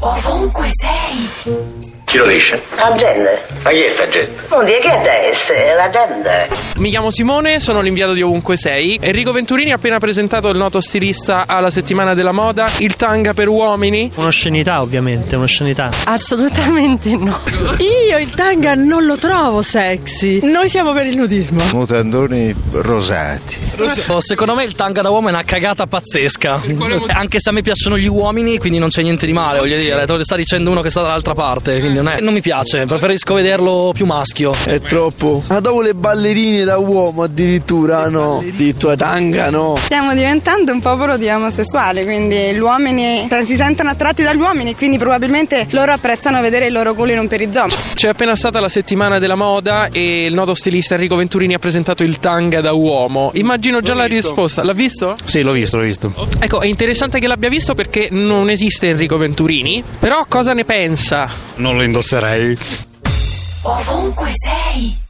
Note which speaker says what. Speaker 1: Ovunque sei.
Speaker 2: Chi lo dice?
Speaker 3: La gente.
Speaker 2: Ma chi è sta gente?
Speaker 3: Non dire che adesso è la gente.
Speaker 4: Mi chiamo Simone, sono l'inviato di Ovunque Sei. Enrico Venturini ha appena presentato il noto stilista alla settimana della moda, il tanga per uomini.
Speaker 5: Un'oscenità, ovviamente, un'oscenità.
Speaker 6: Assolutamente no. Io il tanga non lo trovo sexy. Noi siamo per il nudismo.
Speaker 7: mutandoni rosati.
Speaker 5: Oh, secondo me il tanga da uomo è una cagata pazzesca. Anche se a me piacciono gli uomini, quindi non c'è niente di male, voglio dire. Te lo sta dicendo uno che sta dall'altra parte, quindi non, è- non mi piace. Preferisco vederlo più maschio.
Speaker 8: È troppo. Ma dopo le ballerine da uomo addirittura, no. Di tua tanga, no.
Speaker 9: Stiamo diventando un popolo di omosessuali, quindi gli uomini se- si sentono attratti dagli uomini, quindi probabilmente loro apprezzano vedere il loro culo in un perizoma.
Speaker 4: C'è appena stata la settimana della moda e il noto stilista Enrico Venturini ha presentato il tanga da uomo. Immagino già la risposta. L'ha visto?
Speaker 10: Sì, l'ho visto, l'ho visto.
Speaker 4: Ecco, è interessante che l'abbia visto perché non esiste Enrico Venturini. Però cosa ne pensa?
Speaker 10: Non lo indosserei.
Speaker 1: Ovunque sei.